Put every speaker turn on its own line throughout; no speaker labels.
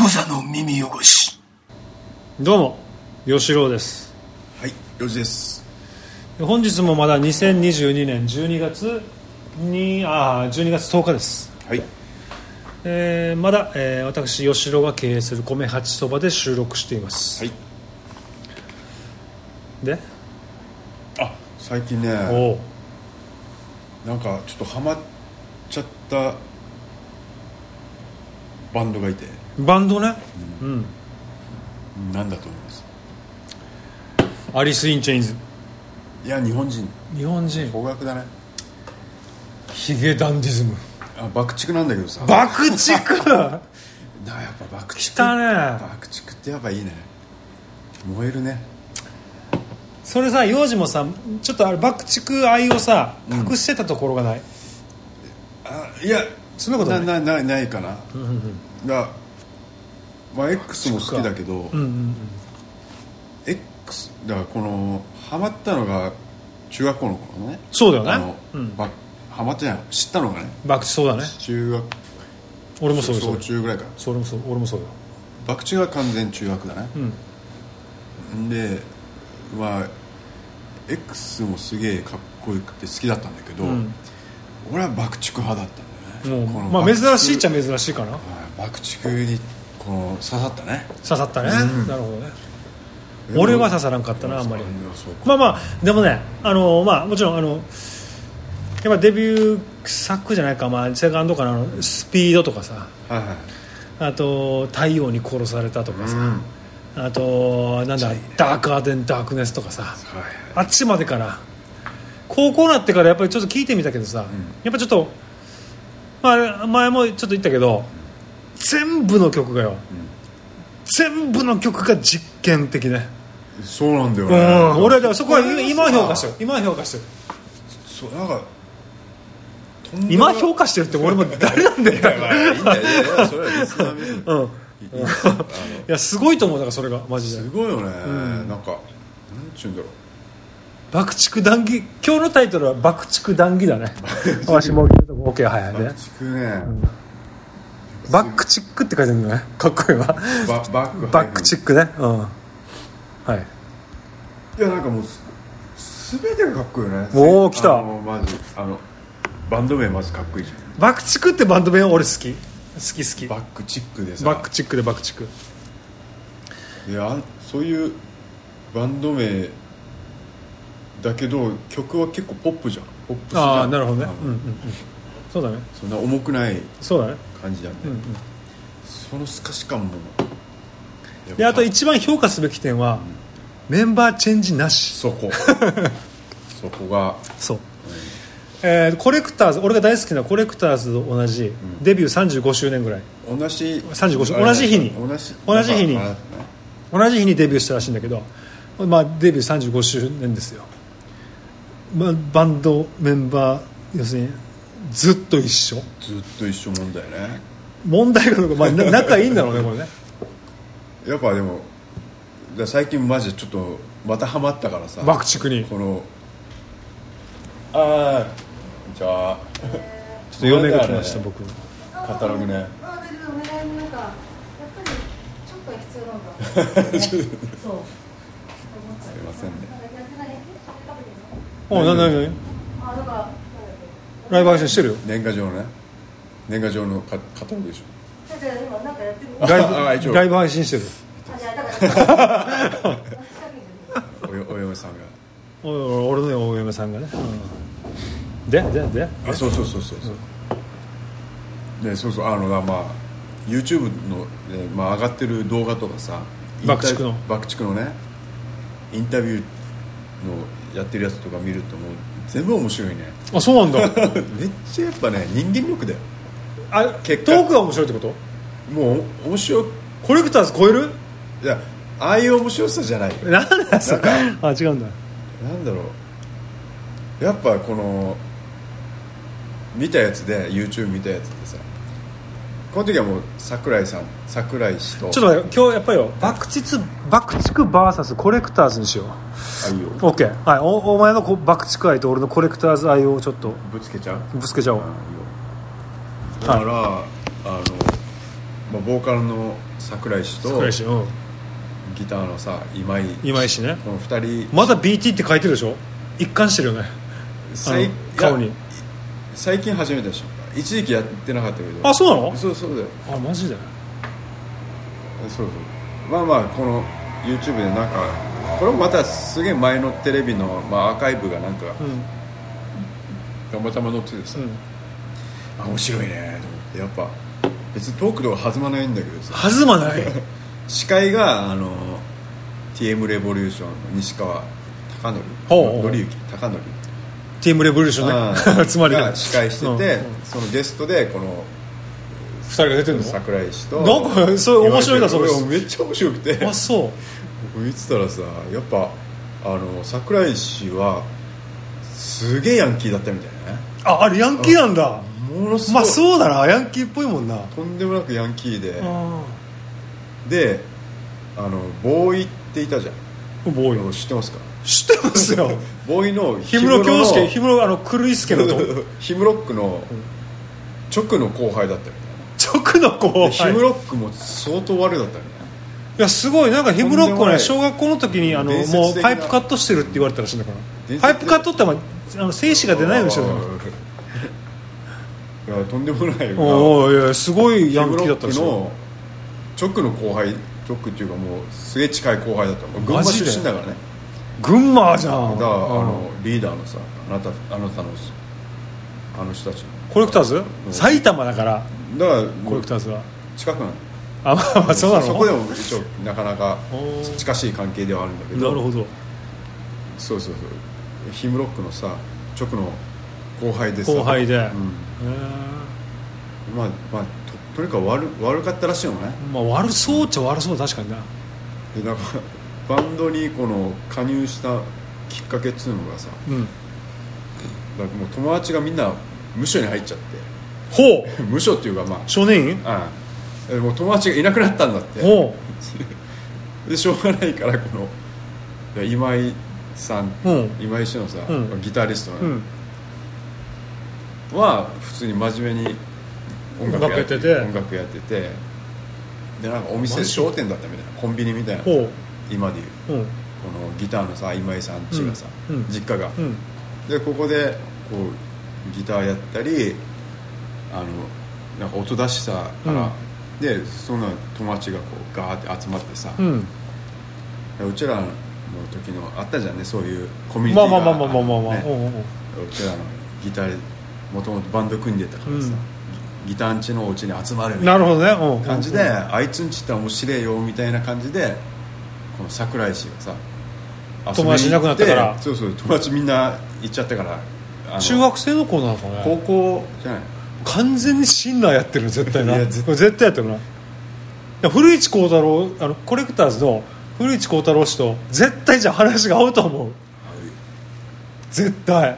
無座の耳汚し
どうも吉郎です
はい、よじです。
本日もまだ2022年12月にあー12月10日です、
はい。
えーまだ、えー私吉郎が経営する米八そばで収録しています、
はい。
で
あ、最近ね、
おう
なんかちょっとハマっちゃったバンドがいて、
バンドね
なんだと思います。
アリス・イン・チェインズ
いや、日本人、
日本人
邦楽だね。
ヒゲダンディズム
あ、爆竹なんだけどさ。
爆竹
な、やっぱ爆
来
竹。
たね
爆竹ってやっぱいいね。燃えるね。
それさ幼児もさちょっとあれ爆竹愛をさ隠してたところがない、
あ、いや、
そんなことない
な、ない、ないかな。が、まあ X も好きだけど、
うんうん、
X だからこのハマったのが中学校の頃ね
そうだよね
あの、
うん
ばハマってない知ったのがね
爆竹そうだね
中学
俺もそうです
小中ぐらいから
それもそう俺もそうだ
博打が完全中学だね、でまあ X もすげえかっこよくて好きだったんだけど、
ん
俺は爆竹派だったんだよ
も
ね
う
この
まあ
爆竹
珍しいっちゃ珍しいかな
はい爆竹にこの刺さったね
刺さったね、なるほどね俺は刺さらんかったなあんまり
うんそうか
まあまあでもねあのまあもちろんあのやっぱデビュー作じゃないか、まあ、セカンドかなあのスピードとかさ
はいはい
あと「太陽に殺された」とかさ、あとなんだ「ダークアーデン・ダークネス」とかさ
はいはい
あっちまでから高校になってからやっぱりちょっと聞いてみたけどさ、やっぱちょっと、まあ、前もちょっと言ったけど全部の曲がよ、全部の曲が実験的ね、
そうなんだよ
うん
ね、
俺はだからそこは今は
さ
評価してる今は評価してる
そうなんかとんでも
今評価してるって俺も誰な んだよ、
まあいいんだよいやいやそれはリスナー目線
うん、い
いいですよあの
やすごいと思うだからそれがマジです
ごいよね、なんかなんちゅうんだろ
爆竹談義今日のタイトルは爆竹談義だ ねわしもう言うとこ OK はいはいうね
爆竹ね、
バックチックって書いてあるのねかっこいいわ
ババック
バックチックねうんはい
いやなんかもうす全てがかっこいいよね
おー来た
あのまずあのバンド名まずかっこいいじゃ
バックチックってバンド名俺好き好き好き
んバックチックでさ
バックチックでバックチック
いやそういうバンド名だけど曲は結構ポップじゃんポップスじゃん
ああなるほどね
の
うんうんうんそうだね
そんな重くない
そうだね
感じなんで、その透かし感も
であと一番評価すべき点はメンバーチェンジなし
そ こそこが
そう、えーコレクターズ俺が大好きなコレクターズと同じデビュー35周年ぐらい
同じ
35周同じ日に
同じ
同じ日に
なんか
同じ日にデビューしたらしいんだけど、まあ、デビュー35周年ですよ、まあ、バンドメンバー要するにずっと一緒
ずっと一緒問題ね
問題がどうか、まあ、な仲いいんだろうねこれね
やっぱでもだから最近マジでちょっとまたハマったからさ
爆竹に
このああじゃあちょっと
嫁が来ました僕
カタログね
あだけどお願いもなんかやっぱりちょっとは必要なんだ、ね、そうす
いませんね
おななな
あだから
ライブ配信して るよ
年賀状のね年賀状のカカタログでしょ
じゃあじゃあ今なんかやってみる
ラ
あ
イ
一
ブ
応
ライブ配信してる
あじゃあだから
およお嫁さんが
おお俺のね大嫁さんがね、うんででで
あそうそうそうそうそう、でそうそうあのまあ YouTube の、ねまあ、上がってる動画とかさインタビュー
爆竹の
爆竹のねインタビューのやってるやつとか見るともう全部面白 いね
あそうなんだ
めっちゃやっぱね人間力だよ
あ
結
ト
果
ークが面白いってこと
もう面白い
コレクターズ超える
いやああいう面白さじゃない
なんだよそれ
な
あ違うんだ
なんだろうやっぱこの見たやつで YouTube 見たやつでさこの時はもう桜井さん桜井氏と
ちょっと待って今日やっぱりよ爆竹爆竹 VS コレクターズにしよう
あいいよ
OK、はい、おお前のこ爆竹愛と俺のコレクターズ愛をちょっと
ぶつけちゃう
ぶつけちゃおう
あいいよだから、あのまあ、ボーカルの桜井氏と
桜井氏うん
ギターのさ今井
今井氏ね
この二人
まだ BT って書いてるでしょ一貫してるよね
さい
あの顔
い
に
や最近始めたでしょ一時期やってなかったけど
あそうなの
そうそうだよ
あマジで
そうそうまあまあこの YouTube でなんかこれもまたすげえ前のテレビの、まあ、アーカイブがなんか
うん
たまたま載っててさ、
うん
あ面白いねと思ってやっぱ別にトークとか弾まないんだけどさ
弾まない
司会があの TM レボリューションの西川貴教
ほうほう
紀之貴教
ティームレボリューション
う
ね
ん
つまりね
が司会してて、
うん
そのゲストでこの
二人が出てるの
桜井氏と
なんかそれ面白い
岩
な
井氏
それ
俺めっちゃ面白くて
あそう
僕見てたらさやっぱあの桜井氏はすげえヤンキーだったみたいなね
ああれヤンキーなんだ
ものすご
ま
い、
あそうだなヤンキーっぽいもんな
とんでもなくヤンキーで
あ
であのボーイっていたじゃん
ーボーイ
知ってますか
知ってますよ
ボーイの
氷室京介
氷
氷室あの狂い助の と
ロックの直の後輩だったみ
直の子
たいなで氷室ロックも相当悪だったみたいない
やすごいなんかヒムロック
とんでも
は
な
ね
い
小学校の時にあの
伝説
もう
的な
パイプカットしてるって言われたらしいんだか
伝
ら
説
パイプカットってまああの精子が出ないようにしてるの
いやとんでもないよ
おおいやすごい
ヒ
ヤ
ム
ンキ
ロ
ー
ック
だったらしい
の直の後輩直っていうかもうすげえ近い後輩だったもう群馬
マジ
出
で
身だからね
群馬じゃ
だ
ん
からあのリーダーのさあなたあなたのあの人たち
コレクターズ
ん
埼玉だから
だから
コ
も
レ
う
クターズは
近くなの
あまあまあそうなの
そこでも一応なかなか
おー
近しい関係ではあるんだけど
なるほど
そうそうそうヒムロックのさ直の後輩でさ
後輩で
うん
へえ
まあまあととにかく悪悪かったらしいのね
まあ悪そうっちゃ悪そう確かにな
でなんかバンドにこの加入したきっかけっつうのがさ
うん
だからもう友達がみんな無所に入っちゃっ
ほう
て 無所っていうかま
少年院
あ、うん、えもう友達がいなくなったんだって
ほ
でしょうがないからこのいや今井さん、
うん
今井氏のさ、
うん
ギタリストの
ううん
は普通に真面目に音楽やって
音楽やってて
音楽やっててでなんかお店
マジ
商店だったみたいなコンビニみたいな
ほ
今でいう
ううん
このギターのさ今井さん家がさ、
うんうん
実家が、
うん
でここでこうギターやったりあのなんか音出しさから、でそんな友達がこうガーって集まってさ、
う
で
ん
うちらの時のあったじゃんねそういうコミュニテ
まあ
ィ
ま
が
あまあまあまあまあまあ
ね
うんうんうん
うちらのギターもともとバンド組んでたからさ、
うん
ギギターんちのお家に集まるみた
ないる
な
ほどね、うん、
感じで、あいつんちって面白いよみたいな感じでこの桜井氏がさ
友達いなくなったから
遊びに行てそうそう友達みんな行っちゃったからあの
中学生の子なのか
高
ね
校じゃない
完全にシンナーやってるの絶対ない
や絶
絶対絶対やってるないや古市幸太郎あのコレクターズの古市幸太郎氏と絶対じゃあ話が合うと思う絶対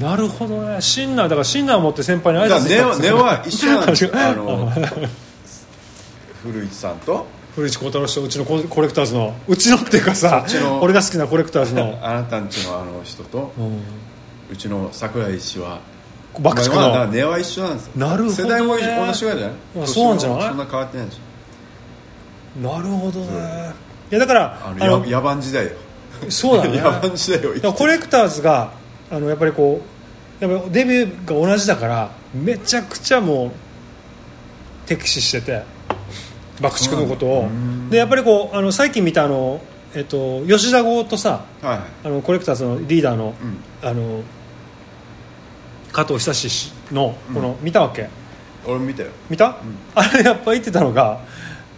なるほどねシンナーだからシンナー持って先輩に
だ
挨
から
拶し
根
たん
は
です
根
よ
は一緒なん ですよあの
あ
古市さんと
古市幸太郎氏とうちのココレクターズのうちのっていうかさ
そっちの
俺が好きなコレクターズの、
あなたんちのあの人と
うん、
うちの桜井氏は
爆竹
まあまあだから
の
根は一緒なんですよ
なるほどね
世代も同じぐらいじゃない
あそうなんじゃない
そんな変わってないでしょ
なるほどねいやだから
あ
あの
のや野蛮時代よ
そうだね
野蛮時代を生き
だから
て
コレクターズがあのやっぱりこうやっぱデビューが同じだからめちゃくちゃもう敵視してて爆竹のこ
そ
と
う
を
なんだ
でやっぱりこうあの最近見たあの、えっと、吉田剛とさ
はいはい
あのコレクターズのリーダーの,、
う
あの加藤久志氏のこの、見たわけ
俺も見たよ
見た、あれやっぱ言ってたのが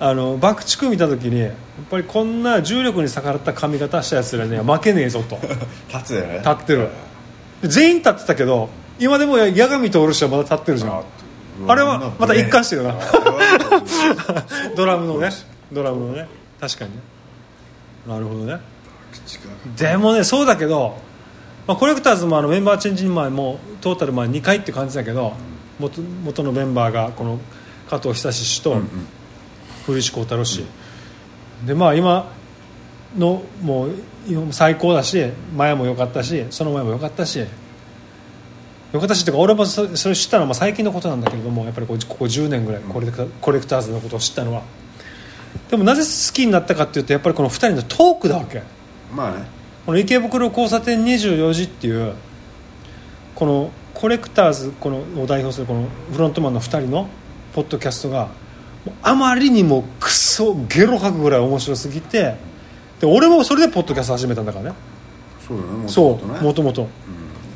あの爆竹見た時にやっぱりこんな重力に逆らった髪型したやつらには負けねえぞと。
立つだよね
立ってる全員立ってたけど今でも矢上徹氏はまだ立ってるじゃんあれはまた一貫してるな ドラムのねドラムのね確かにねなるほどねでもねそうだけど、まあ、コレクターズもあのメンバーチェンジ前もトータル前2回って感じだけど元元のメンバーがこの加藤久志氏と古市幸太郎氏、でまあ今のもう今も最高だし前も良かったしその前も良かったし横田氏とか俺もそそれ知ったのはまあ最近のことなんだけれどもやっぱりこうここ10年ぐらいコレクタ,、コレクターズのことを知ったのはでもなぜ好きになったかっていうとやっぱりこの2人のトークだわけ
まあね
この池袋交差点24時っていうこのコレクターズこのを代表するこのフロントマンの2人のポッドキャストがもうあまりにもクソゲロ吐くぐらい面白すぎてで俺もそれでポッドキャスト始めたんだからね
そうだよねも
そ
ともとね
うもともと
うん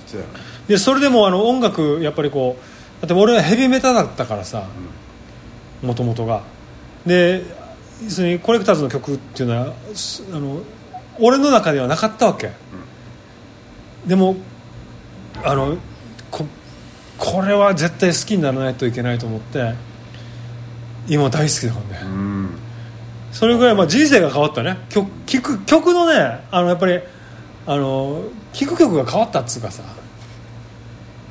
そうだよね
でそれでもあの音楽やっぱりこうだって俺はヘビメタだったからさもともとがで要するにコレクターズの曲っていうのはすあの俺の中ではなかったわけ、でもあのここれは絶対好きにならないといけないと思って今大好きだからね、
うん
それぐらい、まあ、人生が変わったね曲聞く曲のねあのやっぱりあの聞く曲が変わったっつうかさ、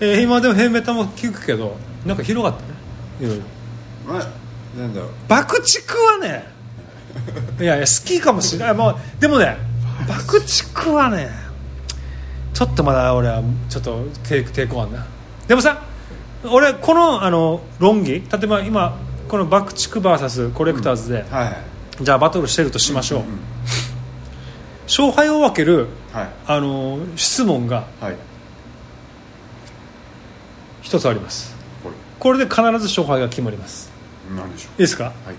えー今でもヘンメタも聞くけどなんか広がったねいろいろ
まあなんだろう
爆竹はねいやいや好きかもしれない、まあ、でもね爆竹はねちょっとまだ俺はちょっと抵抵抗あんなでもさ俺このあの論議例えば今この爆竹 VS コレクターズで、
はいはい
じゃあバトルしてるとしましょう、
んうん
勝敗を分ける
はい
あのー質問が
はい
一つあります
これ
これで必ず勝敗が決まります
何でしょ
いいですか
うはい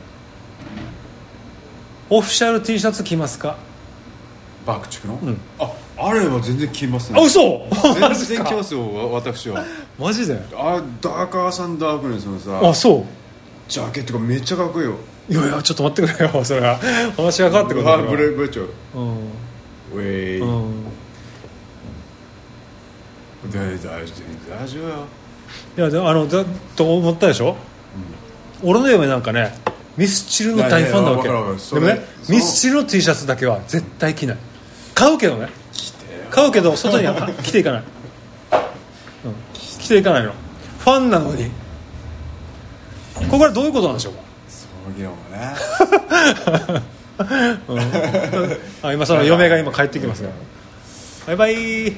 オフィシャル T シャツ着ますか
爆竹の、
ん
ああれは全然来ますね
あ嘘マジ
全然
か
来ますよわ私は
マジで
あダーカーサンダークネスのさ
あそ
ジャケットがめっちゃかっこいいよ
ういやいやちょっと待ってくれよそれは話が変わってくるんだ
あ
から
ブレブレちゃう
うん
ウェイ、
うん
大丈夫大丈夫よ
いやでもあのだと思ったでしょ、俺の嫁なんかねミスチルの大ファンなわけ
いやいやわかるわかるそ
で
れ
もね
その
ミスチルの T シャツだけは絶対着ない買うけどね
来てよ
買うけど外には着てい かない、うん、着ていかないのファンなのにここはどういうことなんでしょうか
その議論がね
あ今その嫁が今帰ってきますからバイバイ、うん、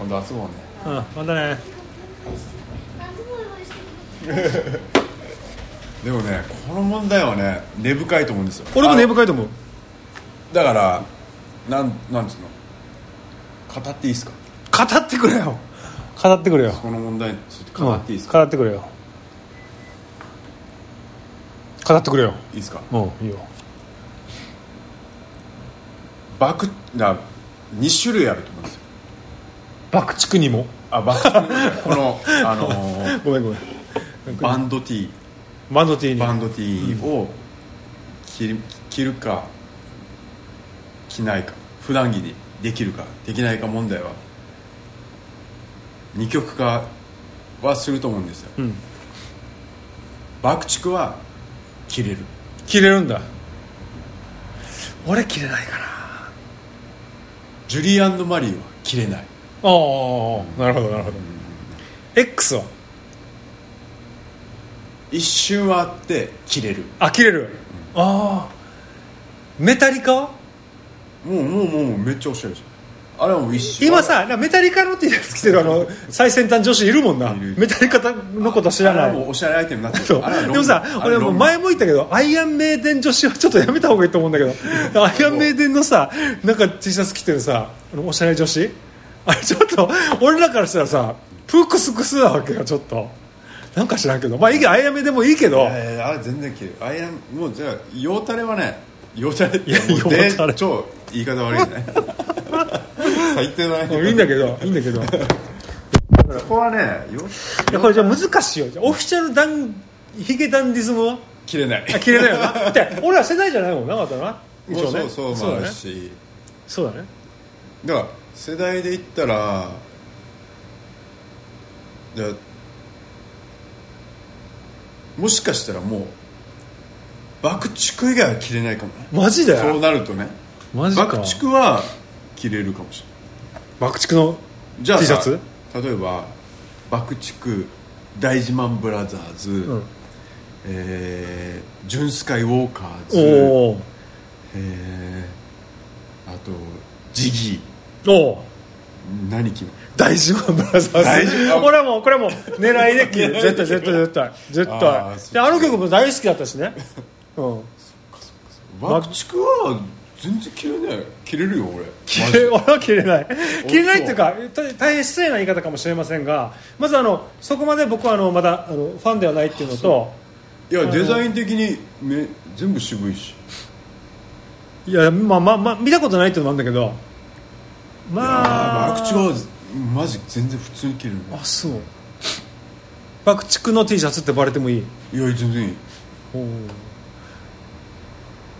今度遊ぼうね
またね
でもねこの問題はね根深いと思うんですよ
俺も根
あ
深いと思う
のだからなんなんつうの語っていいですか
語ってくれよ語ってくれよ
この問題について語っていいですか、
うん語ってくれよ語ってくれよ
いいですか
もういいよ
爆な2種類あると思うんですよ
爆竹にも
あ爆竹のこのあのー
ごめんごめん
バンド T
バンド T に
バンド T を着る着るか着ないか普段着にできるかできないか問題は二極化はすると思うんですよ、
ん
爆竹は着れる
切れるんだ俺切れないかな
ジュリーマリーは着れない
ああなるほどなるほど X は
一瞬はあって着れる
あ切れるああメタリカは
もうもうもうもうめっちゃおしゃれじゃんあれはもう一瞬
今さメタリカの T シャツ着てるあの最先端女子いるもんない
る
メタリカのこと知
あ
ら
れはい
な
もうおしゃれアイテムになってる
そう
あれはロン
でもさ
あれ
俺
は
も
ロ
う
ン
前も言ったけどアイアンメイデン女子はちょっとやめた方がいいと思うんだ けどアイアンメイデンのさなんか T シャツ着てるさあのおしゃれ女子あれちょっと俺らからしたらさプークスクスなわけよちょっとなんか知らんけどまあいいけどアイアンメイデンもいいけど
いやいやあれ全然綺麗あいやもうじゃあ用たれはね用たれって
いや
もうで
用たれ
超言い方悪い ね最低だ
もう
ね
いいんだけどいいんだけどい
そこはねよ
やこれじゃあ難しいよじゃあオフィシャルダンヒゲダンディズムは
切れない
あ切れないよ なって俺ら世代じゃないもんなまだな
もうそうそう
そ
もあ
う
る
だね
し
そうだね
だから世代で言ったらじゃあもしかしたらもう爆竹以外は切れないかもね
マジで
そうなるとね
マジか
爆竹は切れるかもしれない
爆竹の
じゃあ
T シ
さ
ャツ
例えば爆竹大自慢ブラザーズ、
ん
えージュンスカイウォーカーズ、
おー
えーあとジギ
おお
ー何着ます
大事ブラザ
大
ー
事
ズ
あ
俺はもうこれはもう狙いで聞いて絶対絶対絶対絶対
あーそう
であの曲も大好きだったしね うん
爆竹は全然切れない切れるよ俺
切れ俺は切れない切れないっていうかた大変失礼な言い方かもしれませんがまずあのそこまで僕はあのまだあのファンではないっていうのと
いやデザイン的にめ全部渋いし
いやまあまあ、まあ、見たことないっていうのもあるんだけどまあ
爆竹はマジ全然普通に切れる
あそう爆竹の T シャツってバレてもいい
いや全然いい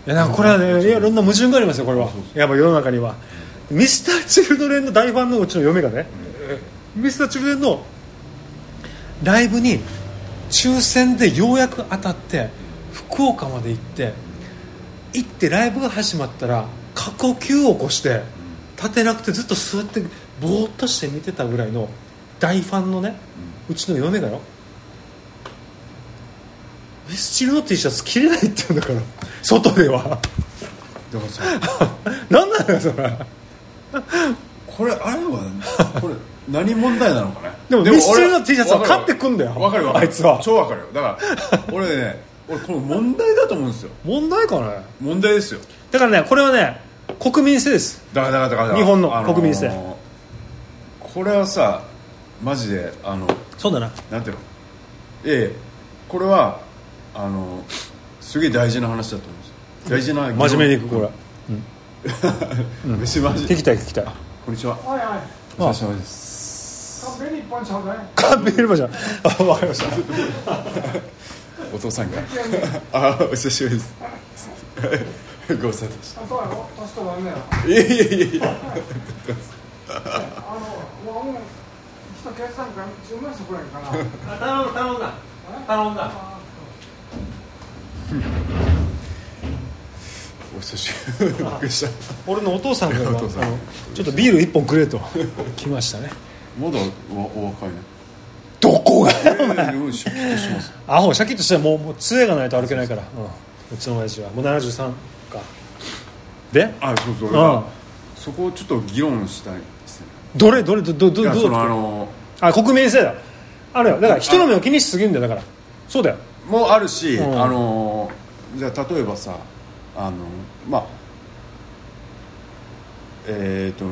いやなんかこれはねいやいろんな矛盾がありますよこれは
そうそ
やっぱ世の中にはミスター・チルドレンの大ファンのうちの嫁がね、ミスター・チルドレンのライブに抽選でようやく当たって福岡まで行って行ってライブが始まったら過呼吸を起こして立てなくてずっと座ってぼーっとして見てたぐらいの大ファンのねうちの嫁がよミスチルの T シャツ着れないって言うんだから外では
だからさ
何 なのよそれ
これあれはこれ何問題なのかね
でもミスチルの T シャツは
俺わ
買ってくんだよ
わかるわ
あいつは
超わかるよだから俺ね俺この問題だと思うんですよ
問題かね
問題ですよ
だからねこれはね国民性です
だからだからだから
日本の国民性
これはさマジであの
そうだな
なんていうのええこれはあのすげえ大事な話だと思うんですよ大事な
真面目にいくこれ
れ別にマジ
聞きたい聞きたい
こんにちは
はいはい。
お久しぶりです
カンペに一本ちょうだい。
完璧まじゃ あわかりました
お父さん があお久しぶりですご無沙汰して
あ、そうやろ。確かなんだよ。
いやいやいやいや
あの、わもう、人計算が十万そこらへんかな。
頼んだ頼んだ頼んだ
お久しぶりびっくりした
俺のお父さんが今
お父さん
あのちょっとビール一本くれと来ましたね
まだおお若いねどこがよしします
アホシャキッとしてもうもう杖がないと歩けないから、うんうちの親父はもう73かで
あそうそう
ああ
そこをちょっと議論したいですね
どれどれどどど
いや
ど
そうのあの
あ国民性だあれよだから人の目を気にしすぎるんだよだからそうだよ
もうあるし、
うん
あのじゃあ例えばさあのまあえっ、と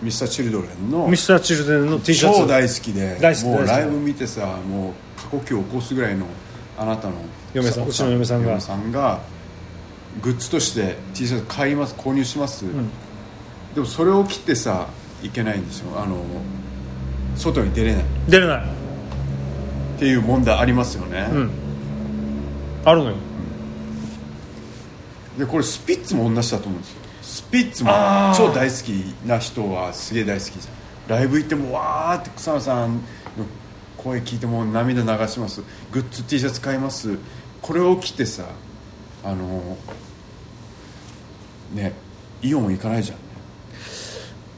ミスターチルドレンの
ミスター・チルドレンの T シャツ
超大好きで
大好き
もう
大好き
ライブ見てさもう過呼吸を起こすぐらいのあなたの
嫁さん
奥
うちの嫁さんが
嫁さんがグッズとして T シャツ買います購入します、
ん
でもそれを着てさいけないんですよあの外に出れないっ
出れない
ていう問題ありますよね、
うんあるのよ
でこれスピッツも同じだと思うんですよスピッツも
あー
超大好きな人はすげえ大好きじゃんライブ行ってもわーって草野さんの声聞いてもう涙流しますグッズ T シャツ買いますこれを着てさあのねイオン行かないじゃん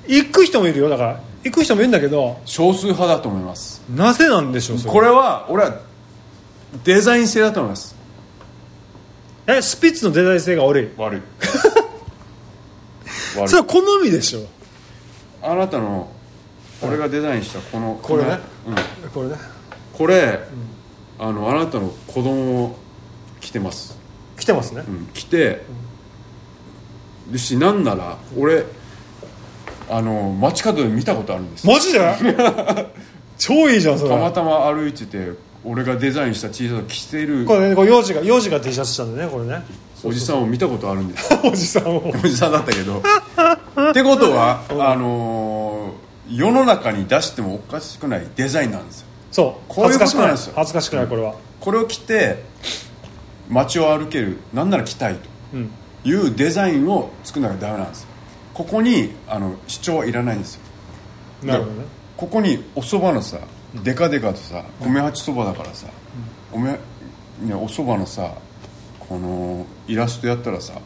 行く人もいるよだから行く人もいるんだけど
少数派だと思います
なぜなんでしょうそれ
これは俺はデザイン性だと思います
えスピッツのデザイン性が悪い
悪い
それは好みでしょ
あなたの俺がデザインしたこの
これね
うん
これね
これ、あのあなたの子供を着てます、
来てますね
うん、着てるしなんなら俺あの街角で見たことあるんですよ
マジで超いいじゃんそれ
たまたま歩いてて俺がデザインした T シャツを着てる
これねこれ幼児が幼児が T シャツしたんでねこれね
おじさんを見たことあるんです
おじさんを
おじさんだったけどってことはあのー世の中に出してもおかしくないデザインなんですよ
そう
こうい
恥
う
ず
こ
か
とな
しくな
ん
い
ですよ
恥ずかしくないこれは
これを着て街を歩けるなんなら着たいと
うん
いうデザインを作らなきゃダメなんですよここにあの主張はいらないんですよ
なるほどね
ここにおそばのさデカデカとさ米八そばだからさ、おめね、おそばのさこのイラストやったらさ、
ん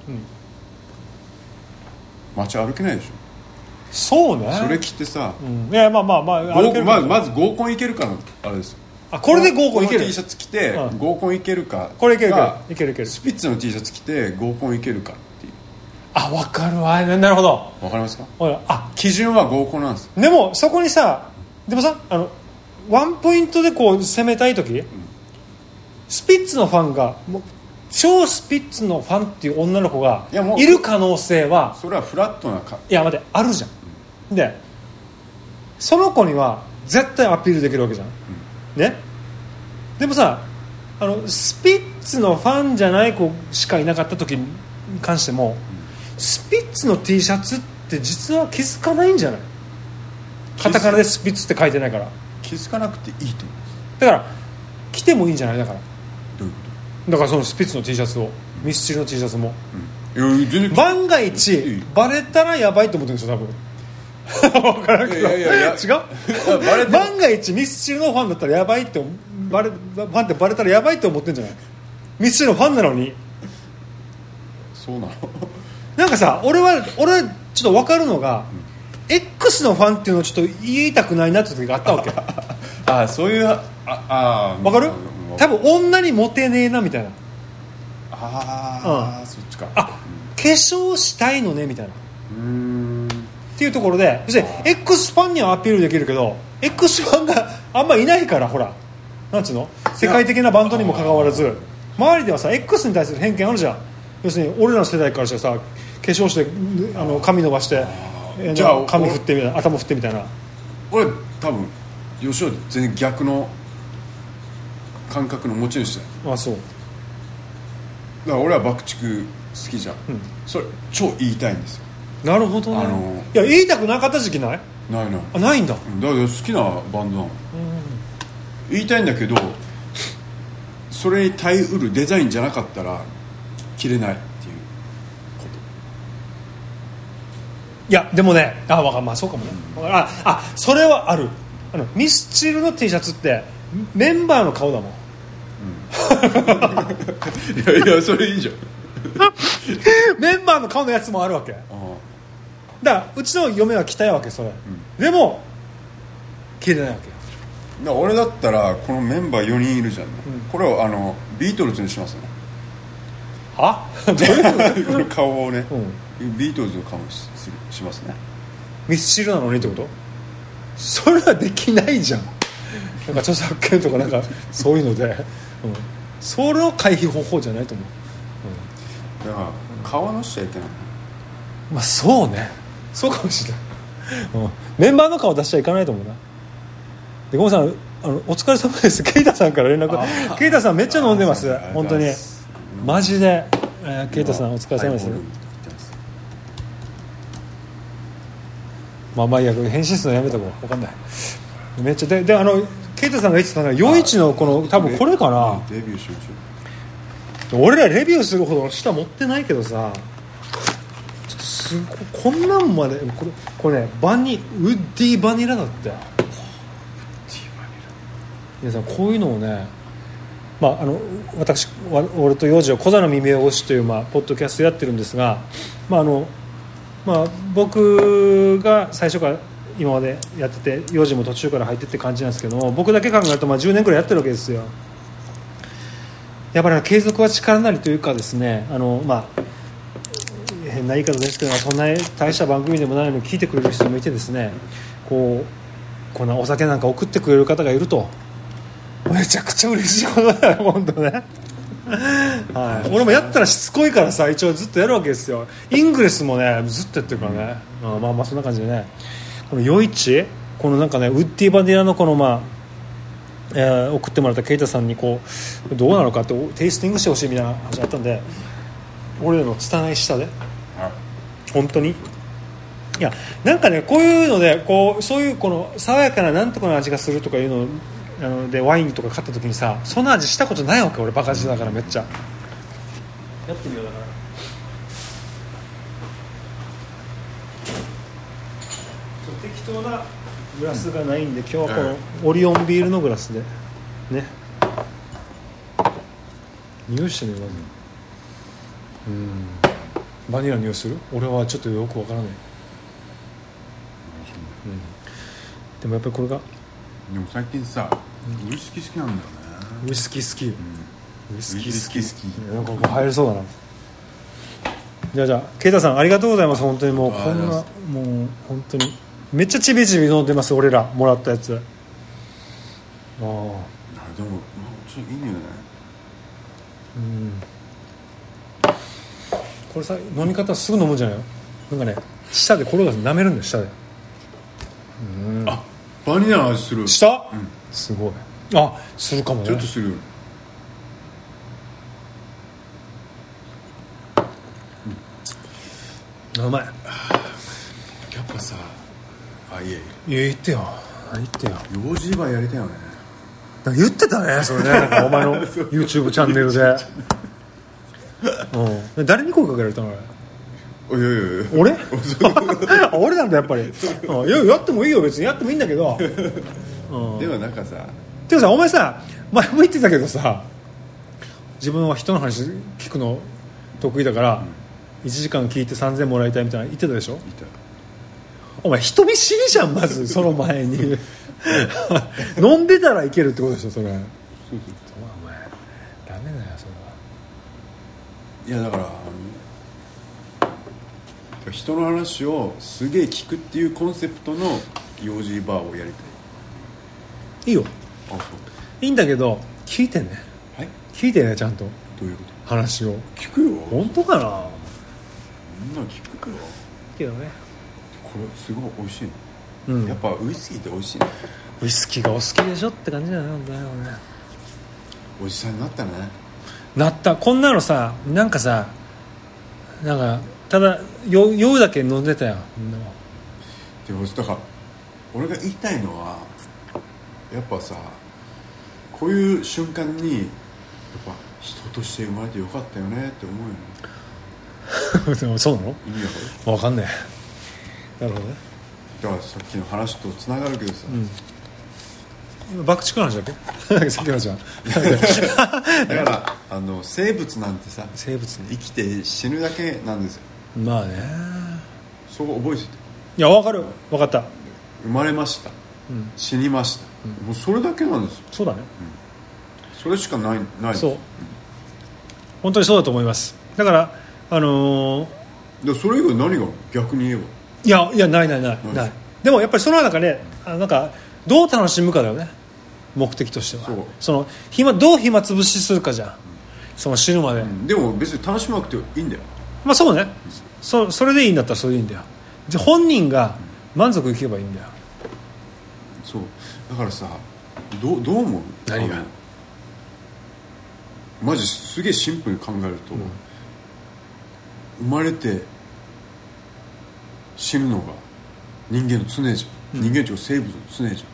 街歩けないでし
そうね
ょそれ着てさ、
うんいやまあまあまあ
合
歩ける
まずまず合コン行けるかのあれですよ
あこれで合コンい
この
ける
T シャツ着て
うん
合コン行けるか
これいけるいける
が
いけるいける
スピッツの T シャツ着て合コン行けるかっていう
あ分かるわななるほど
わかりますか
ほらあ
基準は合コンなんです
でもそこにさでもさあのワンポイントでこう攻めたい時、スピッツのファンがもう超スピッツのファンっていう女の子が
いやもう
いる可能性は
それはフラットなか
いや待ってあるじゃんでその子には絶対アピールできるわけじゃん、ねでもさあのスピッツのファンじゃない子しかいなかった時に関しても、スピッツの T シャツって実は気づかないんじゃないカタカナでスピッツって書いてないから
気づかなくていいと思うんです
だから来てもいいんじゃないだから
どういうこ
だからそのスピッツの T シャツをミスチルの T シャツも
と、うん、いや全然
万が一バレたらやばいと思ってるんですよ多分わからんけど
いやいやいや
違う
バレて
万が一ミスチルのファンだったらやばいってバレファンってバレたらやばいって思ってんじゃないミスチルのファンなのに
そうなの
なんかさ俺は俺はちょっと分かるのが、X のファンっていうのをちょっと言いたくないなって時が あったわけわ
あそういうああー
かる
うん
多分女にモテねえなみたいな
ああ、そっちか
あ化粧したいのねみたいな
うーん
っていうところで別に X ファンにはアピールできるけど X ファンが あんまいないからほらなんつうの世界的なバンドにもかかわらず周りではさ X に対する偏見あるじゃん要するに俺らの世代からしてさ化粧してあの髪伸ばしてえー
じゃあ
髪振ってみたいな頭振ってみたいな
俺多分吉尾と全然逆の感覚の持ち主だよ
あそう
だから俺は爆竹好きじゃん、
ん
それ超言いたいんですよ
なるほどね、
あの
いや言いたくなかった時期ない
ないない
あないんだ
うんだから好きなバンドなの、言いたいんだけどそれに耐えうるデザインじゃなかったら着れないっていう
いやでもねあわかまあそうかもね、ああそれはあるあのミスチルの T シャツってメンバーの顔だもん
いやいやそれいいじゃん
メンバーの顔のやつもあるわけだか
あ
らうちの嫁は着たいわけそれ、でも着れないわけよ
あだ俺だったらこのメンバー4人いるじゃん、これをあのビートルズにしますね
は
この 顔をね、
う
ビートルズの顔にしするしますね
ミスチルなのにってことそれはできないじゃんなんか著作権とかなんかそういうので、うん、それの回避方法じゃないと思
だから顔のしちゃいけないう
まあそうねそうかもしれない、うん、メンバーの顔出しちゃいかないと思うなでゴムさんあのお疲れ様ですケイタさんから連絡ケイタさんめっちゃ飲んでま
あそう
す
なんだ
本当に
ありがとうございます
マジで、えー、ケイタさんお疲れ様で
ハ
す、
イボールみたいなやつ
まあまあいいや返信するのやめとこうわかんないめっちゃでであのケイタさんが言ってたのは余市のこの多分これかな
デビューしましょう
俺らレビューするほどの舌持ってないけどさちょっとすごいこんなんまでこれこれねバニウッディバニラだって皆さんこういうのをねまあ、あの私わ俺と幼児は「小座の耳汚し」という、まあ、ポッドキャストやってるんですが、まああのまあ、僕が最初から今までやってて幼児も途中から入ってって感じなんですけども僕だけ考えるとまあ10年くらいやってるわけですよ。やっぱり継続は力なりというかですねあの、まあ、変な言い方ですけどそんな大した番組でもないのに聞いてくれる人もいてですねこうこんなお酒なんか送ってくれる方がいるとめちゃくちゃ嬉しいことだよ本当ね、 はい、俺もやったらしつこいからさ一応ずっとやるわけですよイングレスもねずっとやってるからね、うんまあまあそんな感じでねこの余市このなんかねウッディ・バディラのこのまあえー送ってもらったケイタさんにこうどうなのかっておテイスティングしてほしいみたいな話があったんで俺らの拙い舌で
はい
本当にいやなんかねこういうのでこうそういうこの爽やかななんとかの味がするとかいうのあのでワインとか買った時にさその味したことないわけ俺バカ舌だからめっちゃやってみようだから適当なグラスがないんで、今日はこのオリオンビールのグラスでね匂いしてねまずうんバニラの匂いする俺はちょっとよくわからない、うん、でもやっぱりこれが
でも最近さウイスキー好きなんだよね
ウイスキー好き、ウイスキー好き
ウイスキー好き
なんかここ入れそうだなじゃあじゃあ啓太さんありがとうございます本当にもう
あ
こんな
ありが
も
と
う本当にめっちゃちびちび飲んでます俺らもらったやつあ
あ
あ
でもちょっといい匂いだね
うんこれさ飲み方すぐ飲むんじゃないよなんかね舌で転がす舐めるんだよ舌で
あバニラの味するち
舌、すごいあするかもね
ょっとするよね
うまい
やっぱさあいえいえ
いや言ってよ言ってよ
用事場やりたいよね
なんか言ってた ねそれねなんかお前の YouTube チャンネルで、うん、誰に声かけられたのあれ
おいおいおいおい
俺あ 俺なんだやっぱり、うん、いややってもいいよ別にやってもいいんだけど、うん、
でもなんかさ
てかさお前さ前も言ってたけどさ自分は人の話聞くの得意だから、1時間聞いて3000もらいたいみたいな言ってたでしょ
いた
お前人見知りじゃんまずその前に 飲んでたらいけるってことでしょそれそうお前ダメだよそれはい
やだからあの人の話をすげえ聞くっていうコンセプトの用事バーをやりた
いいよ
いあそう
いいんだけど聞いてね
はい
聞いてねちゃんと
どういうこ
話を
と聞くよこ
本当かなん
なん聞くよ
けどね
これすごい美味しいね、
うん
やっぱウイスキーって美味しいね
ウイスキーがお好きでしょって感じだよね本当ね俺ね
おじさんになったね
なったこんなのさなんかさなんかただ酔酔うだけ飲んでたよみんなも
でもだから俺が言いたいのはやっぱさこういう瞬間にやっぱ人として生まれてよかったよねって思うよね
そうなの
意味わかる
分かんねえなるほどね、
だからさっきの話とつながるけどさ、
うん、今爆竹の話だっ けさっきの話は
だからあの生物なんてさ
生物
生
に
きて死ぬだけなんですよ
まあね
そこ覚えてて
いや分かる分かった
生まれました、
うん
死にました、もうそれだけなんですよ
そうだね
それしかないない
そう本当にそうだと思いますだからあのー
でそれ以外何がある逆に言えば
いやいやないないない
うん
ないでもやっぱりその中であなんかどう楽しむかだよね目的としては
そう
の暇どう暇つぶしするかじゃんその死ぬまで、
うんでも別に楽しまなくていいんだよ
まあそうねそそれでいいんだったらそれでいいんだよじゃあ本人が満足いけばいいんだよ
そうだからさどうどう思う
何が
あのマジすげえシンプルに考えると、生まれて死ぬのが人間の常じゃん、人間っていうか生物の常じゃ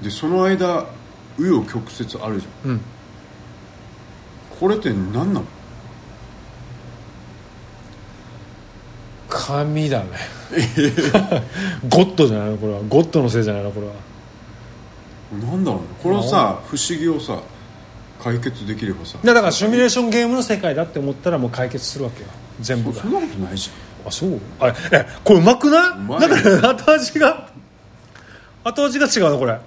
んでその間紆余曲折あるじゃ
うん
んこれって何なの
神 だねゴッドじゃないのこれはゴッドのせいじゃないのこれは
なんだろうねこれをさ不思議をさ解決できればさ
だからシミュレーションゲームの世界だって思ったらもう解決するわけよ全部
そそ
が
んなことないじ
あそうあれえこれうまくな
う
い
まい
だから後味が後味が違うなこれ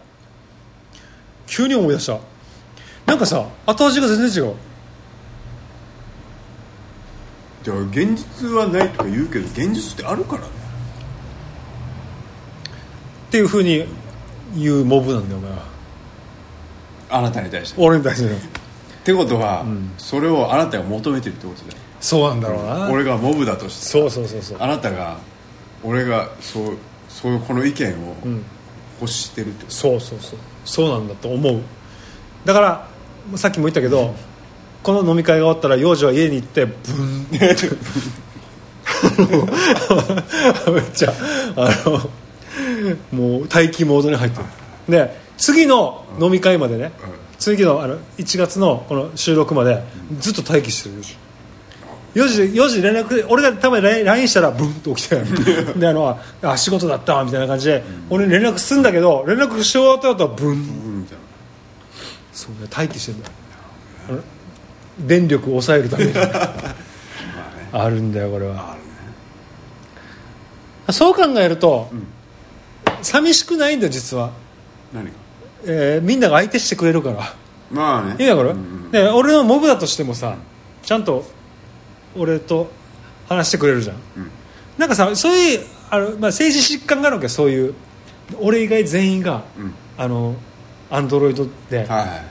急に思い出したなんかさ後味が全然違う
ゃんで現実はないとか言うけど現実ってあるからね
っていうふうに言うモブなんだよお前は
あなたに対して
俺に対しての
ってことは、それをあなたが求めてるってことだよ
そうなんだろうな
俺がモブだとして
そうそうそうそう
あなたが俺がそうそういうこの意見を欲してるってこと、
そうそうそうそうなんだと思うだからさっきも言ったけどこの飲み会が終わったら幼女は家に行ってブンってめっちゃあのもう待機モードに入ってるで次の飲み会までね、
うん
次のあの1月のこの収録までずっと待機してる4時 ,4 時連絡俺がたまに LINE LINE したらブンと起きてであのあ仕事だったみたいな感じで俺に連絡するんだけど連絡し終わった後はブン
うんみたいな
そうね待機してんだよあの電力を抑えるためにあるんだよこれは
あるね
そう考えると、
ん
寂しくないんだよ実は、
何が
えーみんなが相手してくれるから
まあね
いいだこれ、
うんうん
で俺のモブだとしてもさちゃんと俺と話してくれるじゃん、
ん
なんかさそういうあの、まあ、政治疾患があるわけそういう俺以外全員が、
うん
あのアンドロイドで、
は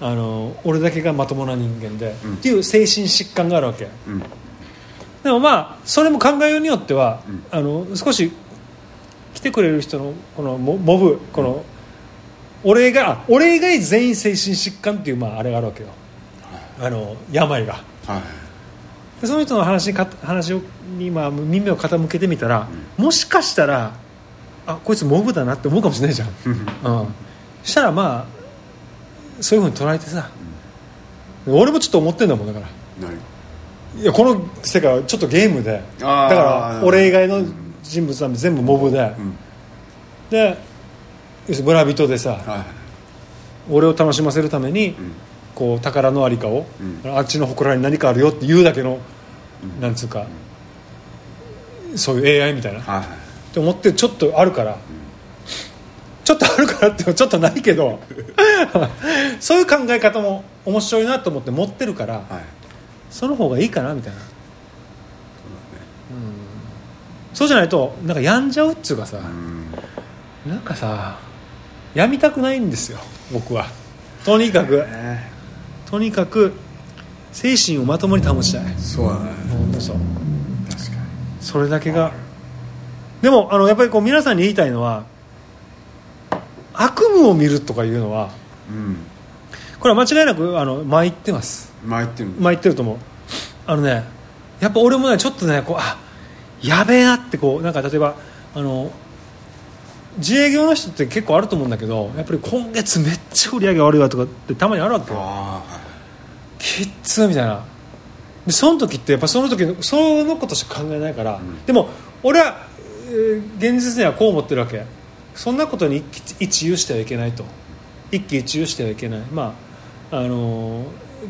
あの俺だけがまともな人間で、
うん
っていう精神疾患があるわけ
い、うん、
でもまあそれも考えようによっては、
うん
あの少し来てくれる人のこのモモブこの、俺があ俺以外全員精神疾患っていう、まあ、あれがあるわけよあの病が
はい
でその人の話にか話をに、まあ、耳を傾けてみたら、もしかしたらあこいつモブだなって思うかもしれないじゃん、うん、したらまあそういうふうに捉えてさ、俺もちょっと思ってんだもんだから
何
いやこの世界はちょっとゲームでだ
あー
から俺以外の人物は全部モブで、
うん
で要するに村人でさ
はい
俺を楽しませるために、こう宝のありかを、あっちの祠に何かあるよって言うだけの、なんつうか、そういう AI みたいな、っ
はい
て思ってちょっとあるから、ちょっとあるからってちょっとないけど そういう考え方も面白いなと思って持ってるから、
はい
その方がいいかなみたいなうんそうじゃないとなんか病んじゃうっつうかさ、
うん
なんかさ病みたくないんですよ僕はとにかく
ね
とにかく精神をまともに保ちたい
そうだね
本当そう
確かに
それだけがでもあのやっぱりこう皆さんに言いたいのは悪夢を見るとかいうのは
うん
これは間違いなくあの参ってます
参ってるんだ
まあ言ってると思うあのねやっぱ俺もねちょっとねこうあやべえなってこうなんか例えばあの自営業の人って結構あると思うんだけどやっぱり今月めっちゃ売り上げ悪いわとかってたまにあるわけよ
あ
きっつーみたいなでその時ってやっぱその時のそのことしか考えないから、
ん
でも俺は、えー現実にはこう思ってるわけそんなことに一喜一憂してはいけないと一喜一憂してはいけないまああのー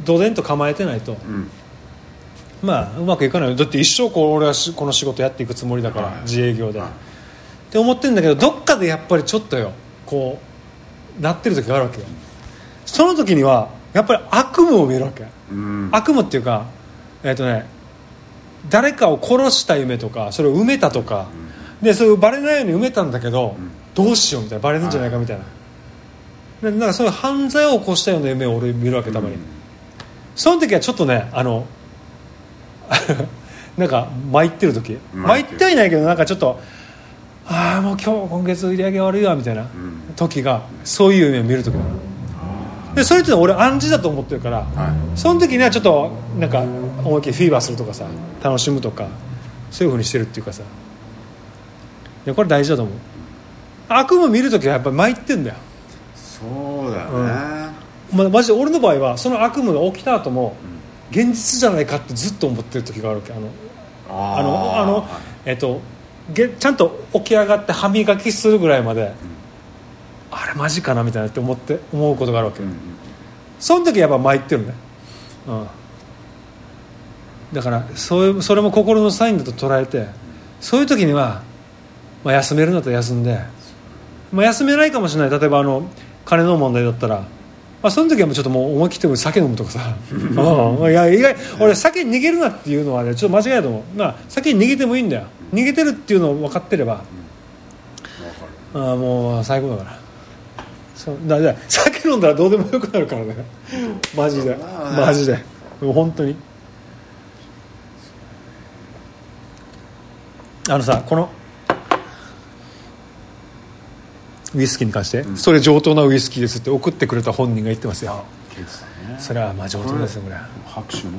どでんと構えてないと、
あうん
まあうまくいかないよだって一生こう俺はしこの仕事やっていくつもりだから、
はい
自営業で、
はい
って思ってるんだけどどっかでやっぱりちょっとよこうなってる時があるわけよその時にはやっぱり悪夢を見るわけ、
うん
悪夢っていうかえっ、とね誰かを殺した夢とかそれを埋めたとか、でそういうバレないように埋めたんだけど、どうしようみたいなバレるんじゃないかみたいな、でなんかそういう犯罪を起こしたような夢を俺見るわけたまに、
うん
その時はちょっとねあの なんか参ってる時
参っ
参って
る
てはいないけどなんかちょっとああもう今日今月売り上げ悪いわみたいな時が、そういう夢を見る時なのでそれっていうのは俺暗示だと思ってるから、
は
その時にはちょっとなんか思いっきりフィーバーするとかさ楽しむとかそういうふうにしてるっていうかさいやこれ大事だと思う悪夢見る時はやっぱり参ってんだよ、
いそうだよね
まあ、マジで俺の場合はその悪夢が起きた後も現実じゃないかってずっと思ってる時があるわけあの
あ
あのあの
は
えっとげちゃんと起き上がって歯磨きするぐらいまで、あれマジかなみたいなって思って思うことがあるわけ、
いうん
その時やっぱ参ってるね、うん、だからそういうそれも心のサインだと捉えてそういう時には、まあ、休めるんだったら休んで、まあ、休めないかもしれない例えばあの金の問題だったら、まあ、その時はもうちょっともう思い切っても酒飲むとかさ、うん、いや意外俺酒逃げるなっていうのはねちょっと間違いだと思う、まあ、酒に逃げてもいいんだよ逃げてるっていうのを分かってれば、
わかる
ああもう最高だからそうだだ酒飲んだらどうでもよくなるからねマジで
まあね
マジでもう本当にあのさこのウイスキーに関して、それ上等なウイスキーですって送ってくれた本人が言ってますよ
ケイチさんね
それはまあ上等ですよこれ
拍手ね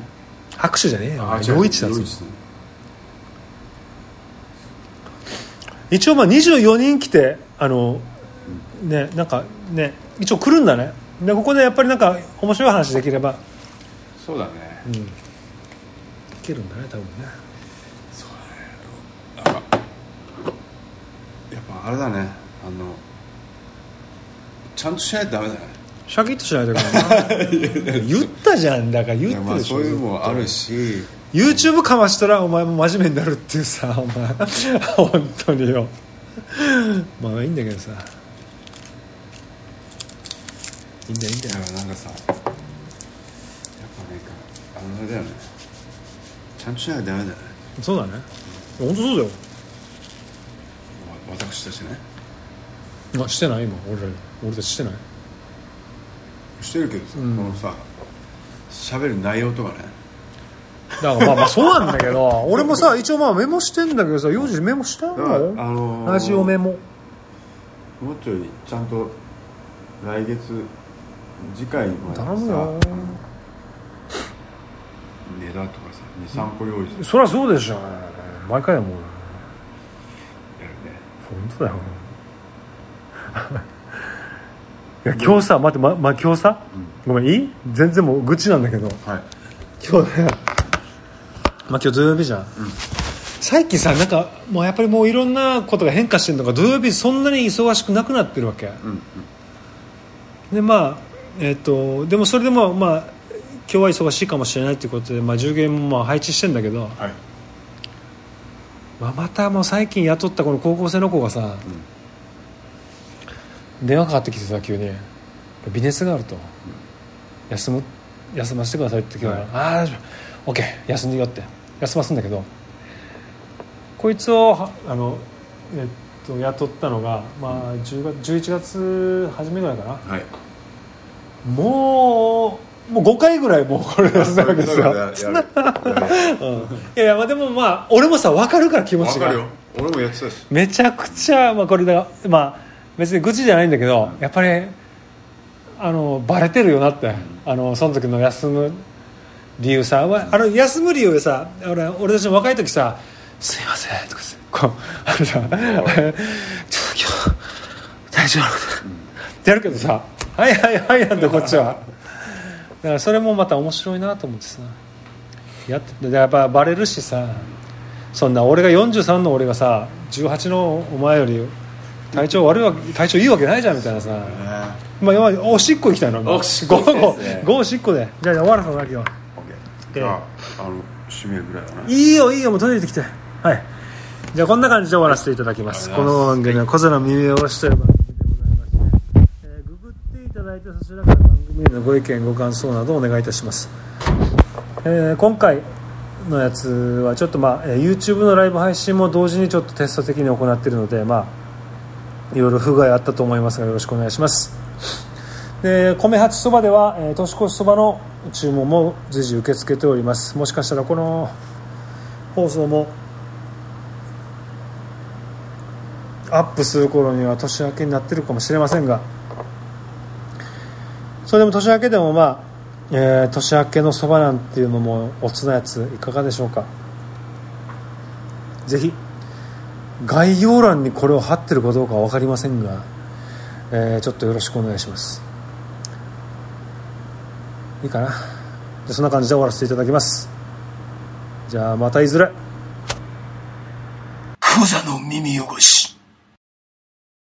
拍手じゃねえよ陽一だぞ
洋一さん
一応まあ24人来てあの、ねなんかね一応来るんだねでここでやっぱりなんか面白い話できればい
そうだね
けるんだね多分ね
やっぱあれだねあのちゃんとしないとダメだね
シャキッとしないといけ ないな言ったじゃんだから言
い
っ
や
て
ま
る
あ
でしょ
そういうのもあるし
YouTube かましたらお前も真面目になるっていうさお前 本当によまあいいんだけどさいいんだよいいんだ
だ
よ
からなんかさやっぱなんかあのあれだよねちゃんとしないとダメだよね
そうだね本当そう
わ私たちね
だよあしてない今俺ら俺たちしてない
してるけどさ、
うん
このさ喋る内容とかね
だからまあまあそうなんだけど俺もさ一応まあメモしてんだけどさ幼児メモした
だから、あ
の
のー
ラジオメ
も
モ
うちょいちゃんと来月次回までさ
頼むよ
値段とかさ23個用意して
そりゃそうでしょ毎回だもん
やるね
本当だよ いや今日さ待ってま、ま今日さ、ごめんいい全然もう愚痴なんだけど
はい
今日ねまあ今日土曜日じゃん、最近さなんかもうやっぱりもういろんなことが変化してるのか土曜日そんなに忙しくなくなってるわけ、
うんうん
でまあえっとでもそれでもまあ今日は忙しいかもしれないっていうことで、まあ、従業員もまあ配置してんだけど、
はい
まあ、またもう最近雇ったこの高校生の子がさ、電話かかってきてさ急に「ビジネスがあると」休む休ませてください」って言うから「ああ大丈夫 OK 休んでいいよ」って休ますんだけどこいつをはあの、えっと、雇ったのが、まあ、10月11月初めぐらいかな
はい
もうもう5回ぐらいもうこれやってたわけですよ、うん、い
そういうことやるやるやる
やいやまあでもまあ俺もさ分かるから気持
わ
ちが
かるよ俺もやってたし
めちゃくちゃ、まあ、これだまあ別に愚痴じゃないんだけどやっぱりあのバレてるよなって、あのその時の休む理由さ、わあの休む理由でさ俺俺たちの若い時さ「すいません」とかさこうあのさ「ちょっと今日大丈夫?」ってやるけどさ「はいはいはい」なんてこっちはだからそれもまた面白いなと思ってさやっててでやっぱバレるしさそんな俺が43の俺がさ18のお前より体調悪いわけ体調いいわけないじゃんみたいなさ、
ねは
まあ、まあおしっこ行きたいな
おしっこ行きたいですね
ゴーゴーおしっこでじゃあ終わらせなきゃ
いじゃああの締めぐらいだね
いいよいいよもうトイレ行ってきてはいじゃあこんな感じで終わらせていただきます
はい
この番組は「小空耳をしてる番組」でございまして、えーググっていただいてそちらから番組へのご意見ご感想などお願いいたします、えー今回のやつはちょっとまあ、えー YouTube のライブ配信も同時にちょっとテスト的に行っているのでまあいろいろ不具合あったと思いますがよろしくお願いしますで米八そばでは、えー年越しそばの注文も随時受け付けておりますもしかしたらこの放送もアップする頃には年明けになってるかもしれませんがそれでも年明けでもまあ、えー年明けのそばなんていうのもおつなやついかがでしょうかぜひ概要欄にこれを貼ってるかどうかは分かりませんが、えーちょっとよろしくお願いしますいいかなでそんな感じで終わらせていただきますじゃあまたいずれ
クザの耳汚し。